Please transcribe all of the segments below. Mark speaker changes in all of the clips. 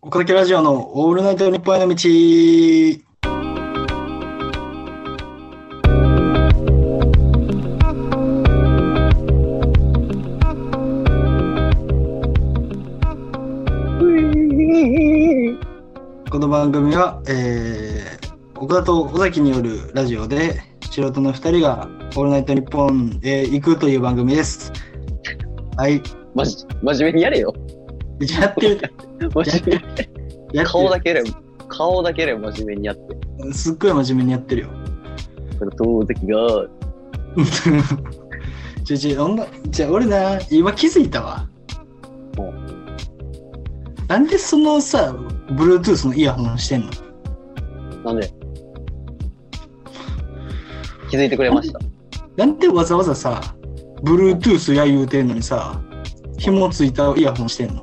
Speaker 1: 岡崎ラジオのオールナイト日本への道。この番組は、えー、岡田と尾崎によるラジオで、素人の二人がオールナイト日本へ行くという番組です。はい。
Speaker 2: まじ、真面目にやれよ。
Speaker 1: やってる。
Speaker 2: 真面目に
Speaker 1: やって
Speaker 2: 顔
Speaker 1: る
Speaker 2: だけでも、顔だけでも真面目にやって。
Speaker 1: すっごい真面目にやってるよ。
Speaker 2: それ、遠崎が、
Speaker 1: ちょちょ、女、じゃ俺な、今気づいたわ
Speaker 2: う。
Speaker 1: なんでそのさ、Bluetooth のイヤホンしてんの
Speaker 2: なんで、気づいてくれました。
Speaker 1: なんでわざわざさ、Bluetooth や言うてんのにさ、紐ついたイヤホンしてんの
Speaker 2: い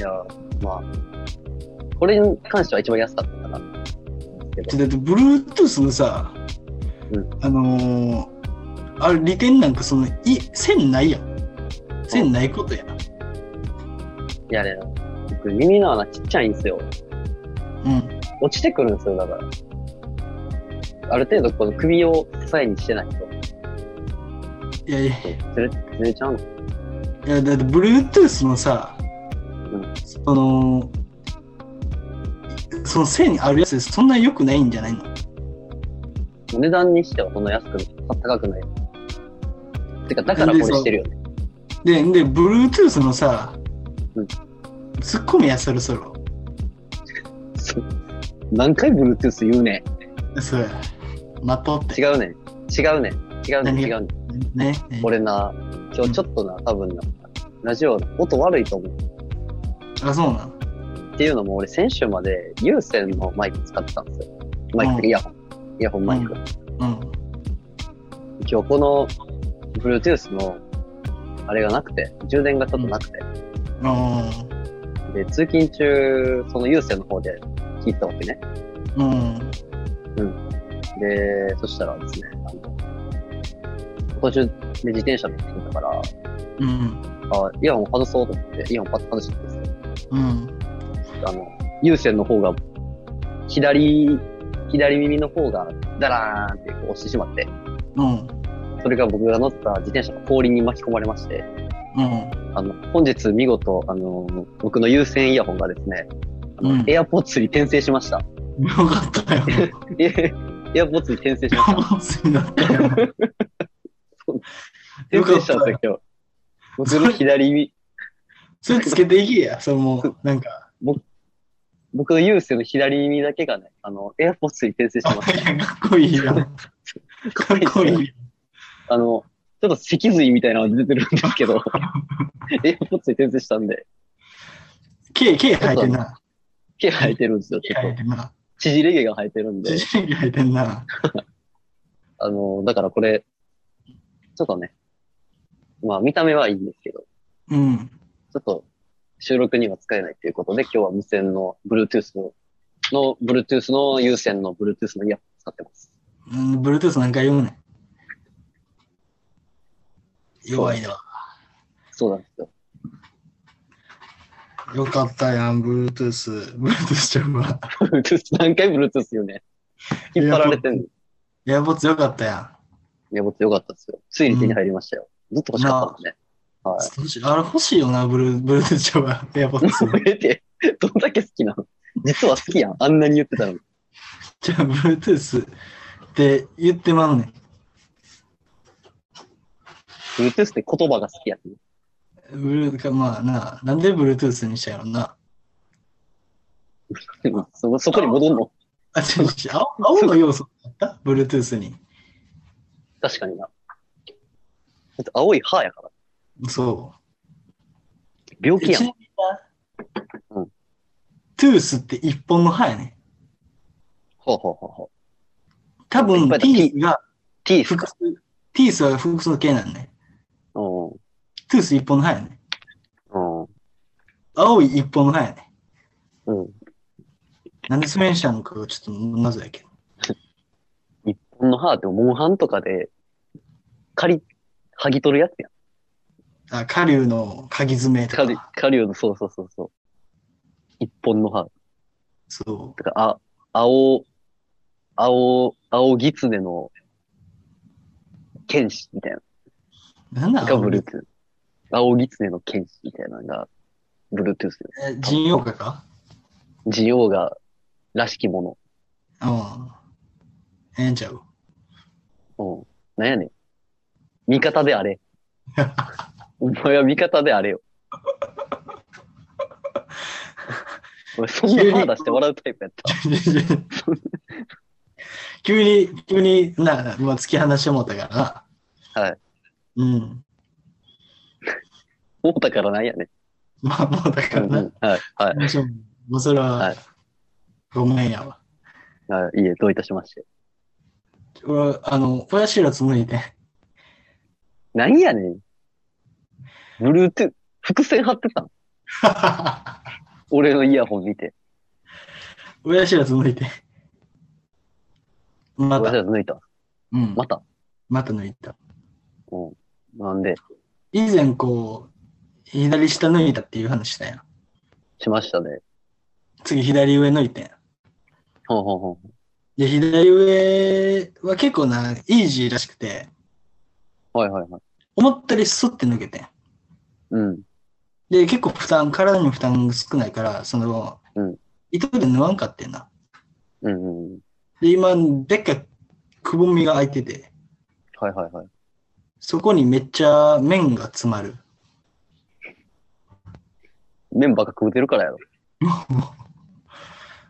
Speaker 2: や、まあ、これに関しては一番安かったかな。け
Speaker 1: ち
Speaker 2: ど
Speaker 1: ょだって Bluetooth のさ、
Speaker 2: うん
Speaker 1: あのー、あれ利点なんかその、い、線ないやん。線ないことや。
Speaker 2: いやね、僕、耳の穴ちっちゃいんですよ。
Speaker 1: うん。
Speaker 2: 落ちてくるんですよ、だから。ある程度、この首を支えにしてないと、
Speaker 1: いやいや、
Speaker 2: ずれ、ずれちゃうの。
Speaker 1: いやだって Bluetooth のさ、
Speaker 2: ん
Speaker 1: そのその線あるやつそんな良くないんじゃないの
Speaker 2: 値段にしてはそんな安くない、高くない。てか、だからこれしてるよ ね。
Speaker 1: でで Bluetooth のさ、
Speaker 2: うん
Speaker 1: ツッコミやそろそろ
Speaker 2: そう何回 Bluetooth 言うね
Speaker 1: それまとっ
Speaker 2: ん違
Speaker 1: て
Speaker 2: うねん。違うねん。違うねん。
Speaker 1: 何
Speaker 2: 違うねん。
Speaker 1: ね
Speaker 2: 俺な、今日ちょっとな、多分な、ラジオの音悪いと思う。
Speaker 1: あそうなの
Speaker 2: っていうのも俺先週まで有線のマイク使ってたんですよ。マイクってイヤホン。イヤホンマイク。
Speaker 1: ううん
Speaker 2: 今日この Bluetooth のあれがなくて、充電がちょっとなくて。で、通勤中、その有線の方で聞いてたわけね。
Speaker 1: うんうん
Speaker 2: で、そしたらですね、あの、途中で自転車乗ってきたから、
Speaker 1: うん
Speaker 2: あイヤホン外そうと思って、イヤホンパッと外したんですよ。
Speaker 1: うん
Speaker 2: あの、有線の方が、左、左耳の方が、ダラーンってこう押してしまって、
Speaker 1: うん
Speaker 2: それが僕が乗ってた自転車が氷に巻き込まれまして、
Speaker 1: うん
Speaker 2: あの、本日見事、あの、僕の有線イヤホンがですね、あの、
Speaker 1: うん
Speaker 2: エアポッツに転生しました。
Speaker 1: よかったよ。
Speaker 2: えエアポッツに転生しました。
Speaker 1: 我慢すになったよ。よ
Speaker 2: 転
Speaker 1: か
Speaker 2: 生
Speaker 1: っ
Speaker 2: したたんですよ、今日。僕の左耳、
Speaker 1: それつけていけや。それもう、なんか。
Speaker 2: 僕の有線の左耳だけがね、あの、エアポッツに転生してました。
Speaker 1: かっこいいやん。かっこいい。
Speaker 2: あの、ちょっと脊髄みたいなのが出てるんですけど、 エアポッツに転生したんで、
Speaker 1: 毛、毛生えてんな。
Speaker 2: 毛生えてるんですよ。
Speaker 1: 毛
Speaker 2: ち
Speaker 1: 生え
Speaker 2: ょっと
Speaker 1: てんな。
Speaker 2: 縮れ毛が生えてるんで
Speaker 1: 自、信毛生えてんな。
Speaker 2: あの、だからこれ、ちょっとね、まあ見た目はいいんですけど、
Speaker 1: うん。
Speaker 2: ちょっと収録には使えないということで、今日は無線の Bluetooth の、の Bluetooth の有線の Bluetooth のイヤホン使ってます。
Speaker 1: うん、Bluetooth なんか言うね。弱いな。
Speaker 2: そうなんですよ。
Speaker 1: よ かったやん、Bluetooth。Bluetooth ちゃうわ。
Speaker 2: Bluetooth 何回 Bluetooth 言うね。引っ張られてんの。
Speaker 1: エアボッツよかったやん。
Speaker 2: いや、僕よかったですよ。ついに手に入りましたよ。ずっと欲しかったもんね。はい。
Speaker 1: 少しあれ欲しいよな、ブル Bluetooth ちゃうわ。エアボッツ。
Speaker 2: えって、どんだけ好きなの実は好きやん。あんなに言ってたのに。
Speaker 1: じゃあ、Bluetooth って言ってまうねん。
Speaker 2: Bluetooth って言葉が好きやん。
Speaker 1: ブルーか、まあな、なんで Bluetooth にしたんやろな。
Speaker 2: そそこに戻んの
Speaker 1: あ、ち ょちょ青青の要素だった ?Bluetooth に。
Speaker 2: 確かにな。だって青い歯やから。
Speaker 1: そう。
Speaker 2: 病気や
Speaker 1: ち
Speaker 2: ん。
Speaker 1: なみにな
Speaker 2: うん
Speaker 1: トゥースって一本の歯やね。
Speaker 2: ほうほうほうほう。
Speaker 1: 多
Speaker 2: い
Speaker 1: 分
Speaker 2: っぱいだ
Speaker 1: ティースが
Speaker 2: T っす
Speaker 1: 複
Speaker 2: か。
Speaker 1: 数、ティースは複数形なんね。
Speaker 2: うん。
Speaker 1: トゥース一本の歯やね。
Speaker 2: うん。
Speaker 1: 青い一本の歯やね。
Speaker 2: うん。
Speaker 1: なんでそれにしたのかがちょっと謎やけど。
Speaker 2: この歯ってモンハンとかで、借り、剥ぎ取るやつやん。
Speaker 1: あ、カリュウの鍵爪と
Speaker 2: カリ
Speaker 1: か。、
Speaker 2: カリュウの、そうそうそうそう。一本の歯。
Speaker 1: そ
Speaker 2: てか、あ、青、青、青狐の剣士みたいな。
Speaker 1: う。なんだ
Speaker 2: が Bluetooth。青狐の剣士みたいなのが Bluetooth です。
Speaker 1: え人用化か
Speaker 2: ジオーガらしきも
Speaker 1: うん。ええんちゃう。
Speaker 2: の。うん。なんやねん。味方であれ。お前は味方であれよ。俺そんな歯出して笑うタイプ やった。
Speaker 1: 急に、急にな、今突き放してもうたからな。
Speaker 2: はい。
Speaker 1: うん。
Speaker 2: 思ったからなんやね
Speaker 1: まあ、もうだ
Speaker 2: ん。
Speaker 1: から
Speaker 2: うんう
Speaker 1: な。
Speaker 2: んはい、はい、
Speaker 1: もちろん、もうそれは、
Speaker 2: はい
Speaker 1: ごめんやわ。
Speaker 2: はい。いいえ、どういたしまして。
Speaker 1: 俺は、あの、親知らず抜いて。
Speaker 2: なんやねん。ブルートゥー伏線張ってたん俺のイヤホン見て。
Speaker 1: 親知らず抜いて。ま
Speaker 2: 私
Speaker 1: た、
Speaker 2: は抜いた。
Speaker 1: うん、
Speaker 2: また。
Speaker 1: また抜いた。
Speaker 2: うん。なんで、
Speaker 1: 以前、こう、左下抜いたっていう話したやん。
Speaker 2: しましたね。
Speaker 1: 次、左上抜いてん。
Speaker 2: ほんほんほん。
Speaker 1: で、左上は結構な、イージーらしくて、
Speaker 2: はいはいはい。
Speaker 1: 思ったよりスッて抜けてん。
Speaker 2: うん。
Speaker 1: で、結構負担、体に負担少ないから、その、
Speaker 2: うん
Speaker 1: 糸で縫わんかってんな。
Speaker 2: うんうんうん。
Speaker 1: で、今、でっかいくぼみが開いてて、
Speaker 2: はいはいはい。
Speaker 1: そこにめっちゃ麺が詰まる。
Speaker 2: 麺ばっか食うて るからやろ。
Speaker 1: も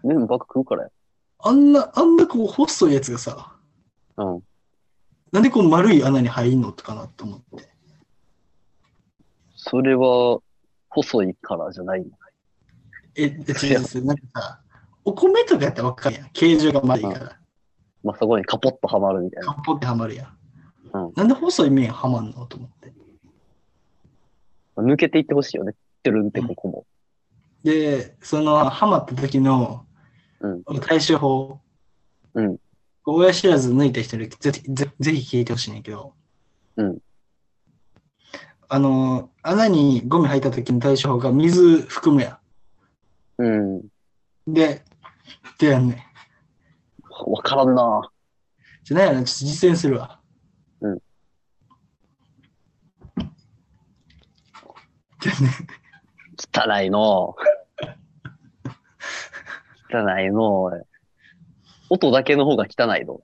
Speaker 1: う
Speaker 2: 麺ばっか食うからや
Speaker 1: あんな、あんなこう細いやつがさ、
Speaker 2: ろ。うん。
Speaker 1: なんでこう丸い穴に入んのとかなと思って。
Speaker 2: それは、細いからじゃないの。
Speaker 1: え、え違う違うなんかさ、お米とかやったらわかるやん。形状が丸いから。
Speaker 2: まあ、そこにカポッとはまるみたいな。
Speaker 1: カポってはまるやん。
Speaker 2: うん
Speaker 1: なんで細い麺はまんのと思って。
Speaker 2: 抜けていってほしいよね。てるんってここも。
Speaker 1: で、その、ハマった時の
Speaker 2: うん
Speaker 1: 対処法。
Speaker 2: うん
Speaker 1: こう。親知らず抜いた人にぜひ、ぜぜひ聞いてほしいねんだけど。
Speaker 2: うん
Speaker 1: あの、穴にゴミ入った時の対処法が水含むや
Speaker 2: うん。
Speaker 1: ん。で、でやんねん。
Speaker 2: わからんな
Speaker 1: じゃないやな、ちょっと実践するわ。
Speaker 2: うん
Speaker 1: でね
Speaker 2: 汚 いの汚いのおい音だけの方が汚いの。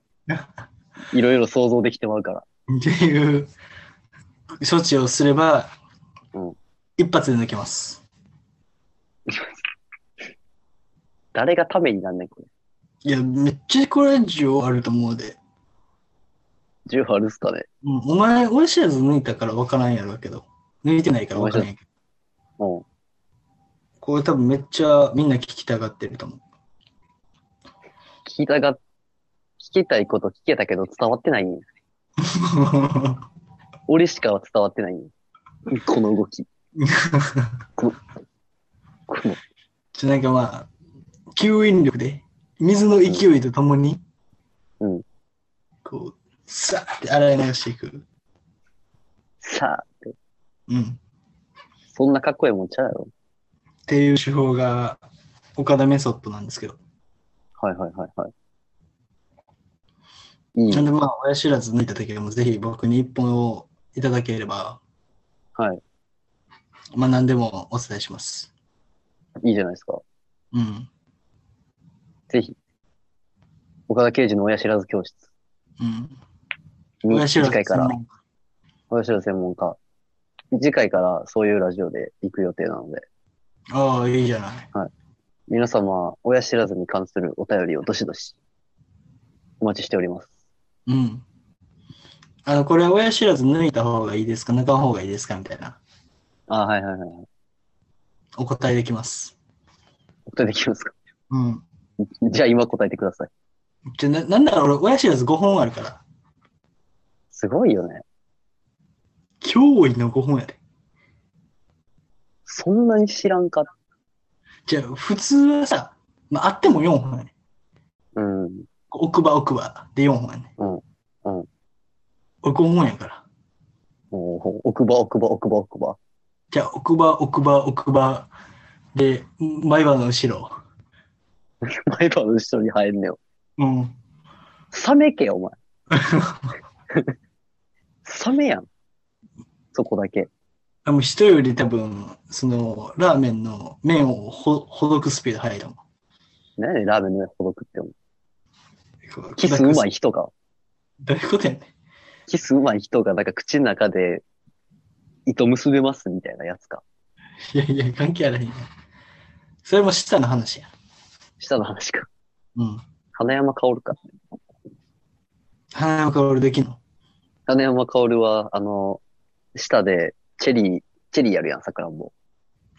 Speaker 2: いろいろ想像できてまうから。
Speaker 1: っていう処置をすれば、
Speaker 2: うん
Speaker 1: 一発で抜けます。
Speaker 2: 誰がためになんねん、これ。
Speaker 1: いや、めっちゃこれ需要あると思うで。
Speaker 2: 10あるっすかね。
Speaker 1: うん、お前、親知らず抜いたから分からんやろうけど、抜いてないから分からんやけど、
Speaker 2: うん。
Speaker 1: これ多分めっちゃみんな聞きたがってると思う。
Speaker 2: 聞きたが、聞きたいこと聞けたけど伝わってないんや俺しかは伝わってないんやこの動き。この、
Speaker 1: ちょなんかまあ、吸引力で、水の勢いとともに、
Speaker 2: うん
Speaker 1: こう、さーって洗い流していく。
Speaker 2: さあ、
Speaker 1: うん。
Speaker 2: そんなかっこいいもんちゃうやろ。
Speaker 1: っていう手法が、岡田メソッドなんですけど。
Speaker 2: はいはいはいはい。いい
Speaker 1: なんで
Speaker 2: ね。
Speaker 1: まあ、親知らず抜いた時でも、ぜひ僕に一本をいただければ、
Speaker 2: はい。
Speaker 1: まあ何でもお伝えします。
Speaker 2: いいじゃないですか。
Speaker 1: うん。
Speaker 2: ぜひ。岡田刑事の親知らず教室
Speaker 1: うん。
Speaker 2: に
Speaker 1: 親知ら
Speaker 2: 次
Speaker 1: ず
Speaker 2: 回から
Speaker 1: 専、門家
Speaker 2: 親知らず専門家。次回からそういうラジオで行く予定なので、
Speaker 1: ああ、いいじゃない。
Speaker 2: 皆様、親知らずに関するお便りをどしどし、お待ちしております。
Speaker 1: うん。あの、これは親知らず抜いた方がいいですか抜かん方がいいですかみたいな。
Speaker 2: あ、はいはいはい。
Speaker 1: お答えできます。
Speaker 2: お答えできますか
Speaker 1: うん。
Speaker 2: じゃあ今答えてください。
Speaker 1: じゃ、な、なんだろう、俺、親知らず5本あるから。
Speaker 2: すごいよね。
Speaker 1: 驚異の5本やで。
Speaker 2: そんなに知らんか。
Speaker 1: じゃあ、普通はさ、まあ、あっても4本やね。
Speaker 2: うん。
Speaker 1: 奥歯奥歯で4本やね。
Speaker 2: うんうん。
Speaker 1: 俺5本やから。
Speaker 2: おー奥歯、奥歯、奥歯、奥歯。
Speaker 1: じゃあ、奥歯奥歯奥歯で、前歯の後ろ。
Speaker 2: 前歯の後ろに生えんねよ。
Speaker 1: うん。
Speaker 2: サメけよ、お前。サメやん。そこだけ。
Speaker 1: あもう人より多分、その、ラーメンの麺をほ、ほどくスピード速いと思
Speaker 2: 何やねんラーメンのほどくって思う。
Speaker 1: う。
Speaker 2: キスうまい。人が、
Speaker 1: どういうことやねん。
Speaker 2: キスうまい人がなんか口の中で糸結べますみたいなやつか。
Speaker 1: いやいや、関係あらへんやん。 それも下の話や。
Speaker 2: 下の話か。
Speaker 1: うん。
Speaker 2: 花山薫か。
Speaker 1: 花山薫できんの
Speaker 2: 花山薫は、あの、下でチェリー、チェリーやるやん、桜んぼ。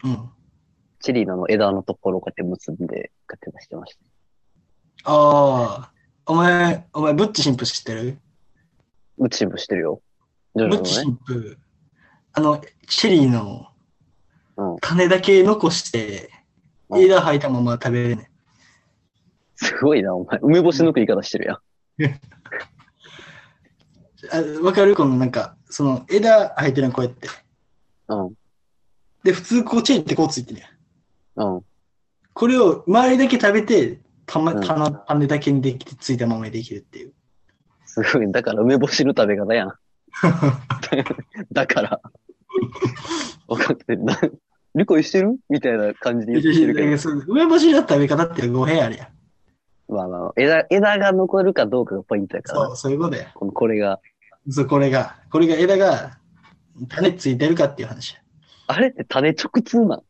Speaker 1: うん。
Speaker 2: チェリーのあの枝のところをこうやって結んで、こうやって出してました。
Speaker 1: ああ、お前、お前、ブッチ神父知ってる
Speaker 2: うちもしてるよ。ジョ
Speaker 1: ブ
Speaker 2: ジ
Speaker 1: ッ
Speaker 2: ョ
Speaker 1: チ
Speaker 2: のね。
Speaker 1: 神父、あの、チェリーの
Speaker 2: うん
Speaker 1: 種だけ残して、
Speaker 2: うん
Speaker 1: 枝吐いたまま食べれんねん。
Speaker 2: すごいな、お前。梅干しの食い方してるやん。
Speaker 1: あわかるこのなんか、その枝生えてるのこうやって。
Speaker 2: うん。
Speaker 1: で、普通こうチェーンってこうついてるやん。
Speaker 2: うん。
Speaker 1: これを周りだけ食べて、たま、
Speaker 2: うん
Speaker 1: たな、種だけにできて、ついたままにできるっていう。
Speaker 2: すごい。だから梅干しの食べ方やん。だから。分かってるな。理解してるみたいな感じで言ってるけど。
Speaker 1: そう梅干しの食べ方って語弊あるやん。
Speaker 2: まあまあ、枝、枝が残るかどうかがポイントやから
Speaker 1: そう、。そういうことや。
Speaker 2: このこれが。
Speaker 1: そう、これが、これが枝が種ついてるかっていう話や。
Speaker 2: あれって種直通なん
Speaker 1: もう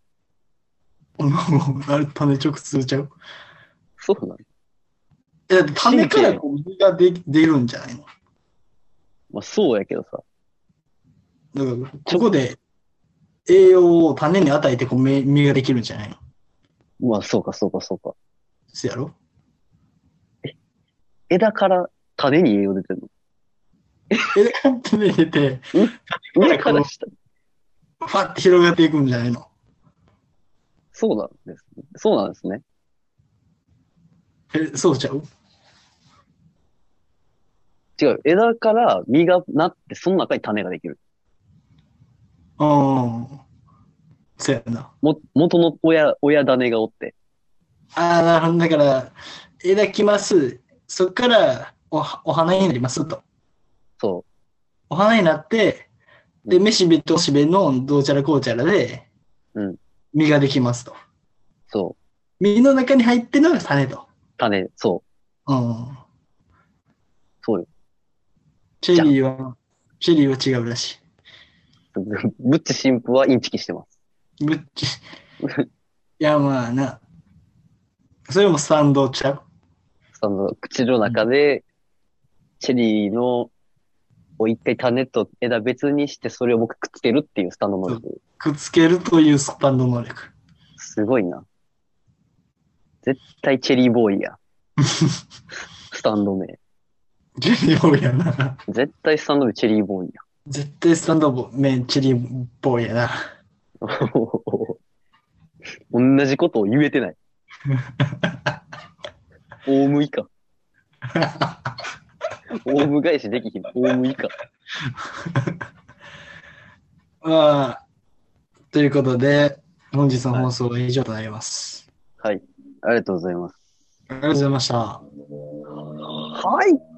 Speaker 1: あれ種直通ちゃう
Speaker 2: そうなん
Speaker 1: え、だって種からこう実がで出るんじゃないの
Speaker 2: まあそうやけどさ。
Speaker 1: だから、ここで栄養を種に与えてこう芽実ができるんじゃないの
Speaker 2: まあそうかそうかそうか。
Speaker 1: そうやろ
Speaker 2: 枝から種に栄養出てる
Speaker 1: 枝から種に出て、
Speaker 2: の。
Speaker 1: い
Speaker 2: 上
Speaker 1: やこ
Speaker 2: か
Speaker 1: の
Speaker 2: ら下。
Speaker 1: ファって広がっていくんじゃないの
Speaker 2: そうなんですね。そうなんですね。
Speaker 1: え、そうちゃう
Speaker 2: 違う。枝から実がなって、その中に種ができる。
Speaker 1: うん。そうやな。
Speaker 2: も、元の親、親種がおって。
Speaker 1: ああ、なるほど。だから、枝来ます。そっからおお花になりますと。
Speaker 2: そ
Speaker 1: お花になって、で、めしべとおしべのどうちゃらこうちゃらで、
Speaker 2: うん
Speaker 1: 実ができますと。
Speaker 2: う。そう。
Speaker 1: 実の中に入ってるのが種と。
Speaker 2: 種、そう。
Speaker 1: うん。
Speaker 2: そうよ。
Speaker 1: チェリーは、チェリーは違うらし
Speaker 2: ブッチ神父はインチキしてます。
Speaker 1: い。ぶっち。いや、まあな。それもスタンドちゃう。
Speaker 2: その、口の中で、チェリーの、を一回種と枝別にして、それを僕くっつけるっていうスタンド能力。
Speaker 1: くっつけるというスタンド能力。
Speaker 2: すごいな。絶対チェリーボーイ や。スタンド名。
Speaker 1: チェリーボーイやな。
Speaker 2: 絶対スタンド名チェリーボーイや。
Speaker 1: 絶対スタンドボメンチェリーボーイやな。
Speaker 2: 同じことを言えて ない。オウム以下。 オウム返しできひん。オウム以下。
Speaker 1: まあ、ということで、本日の放送は以上となります。
Speaker 2: はい。ありがとうございます。
Speaker 1: ありがとうございました。
Speaker 2: はい。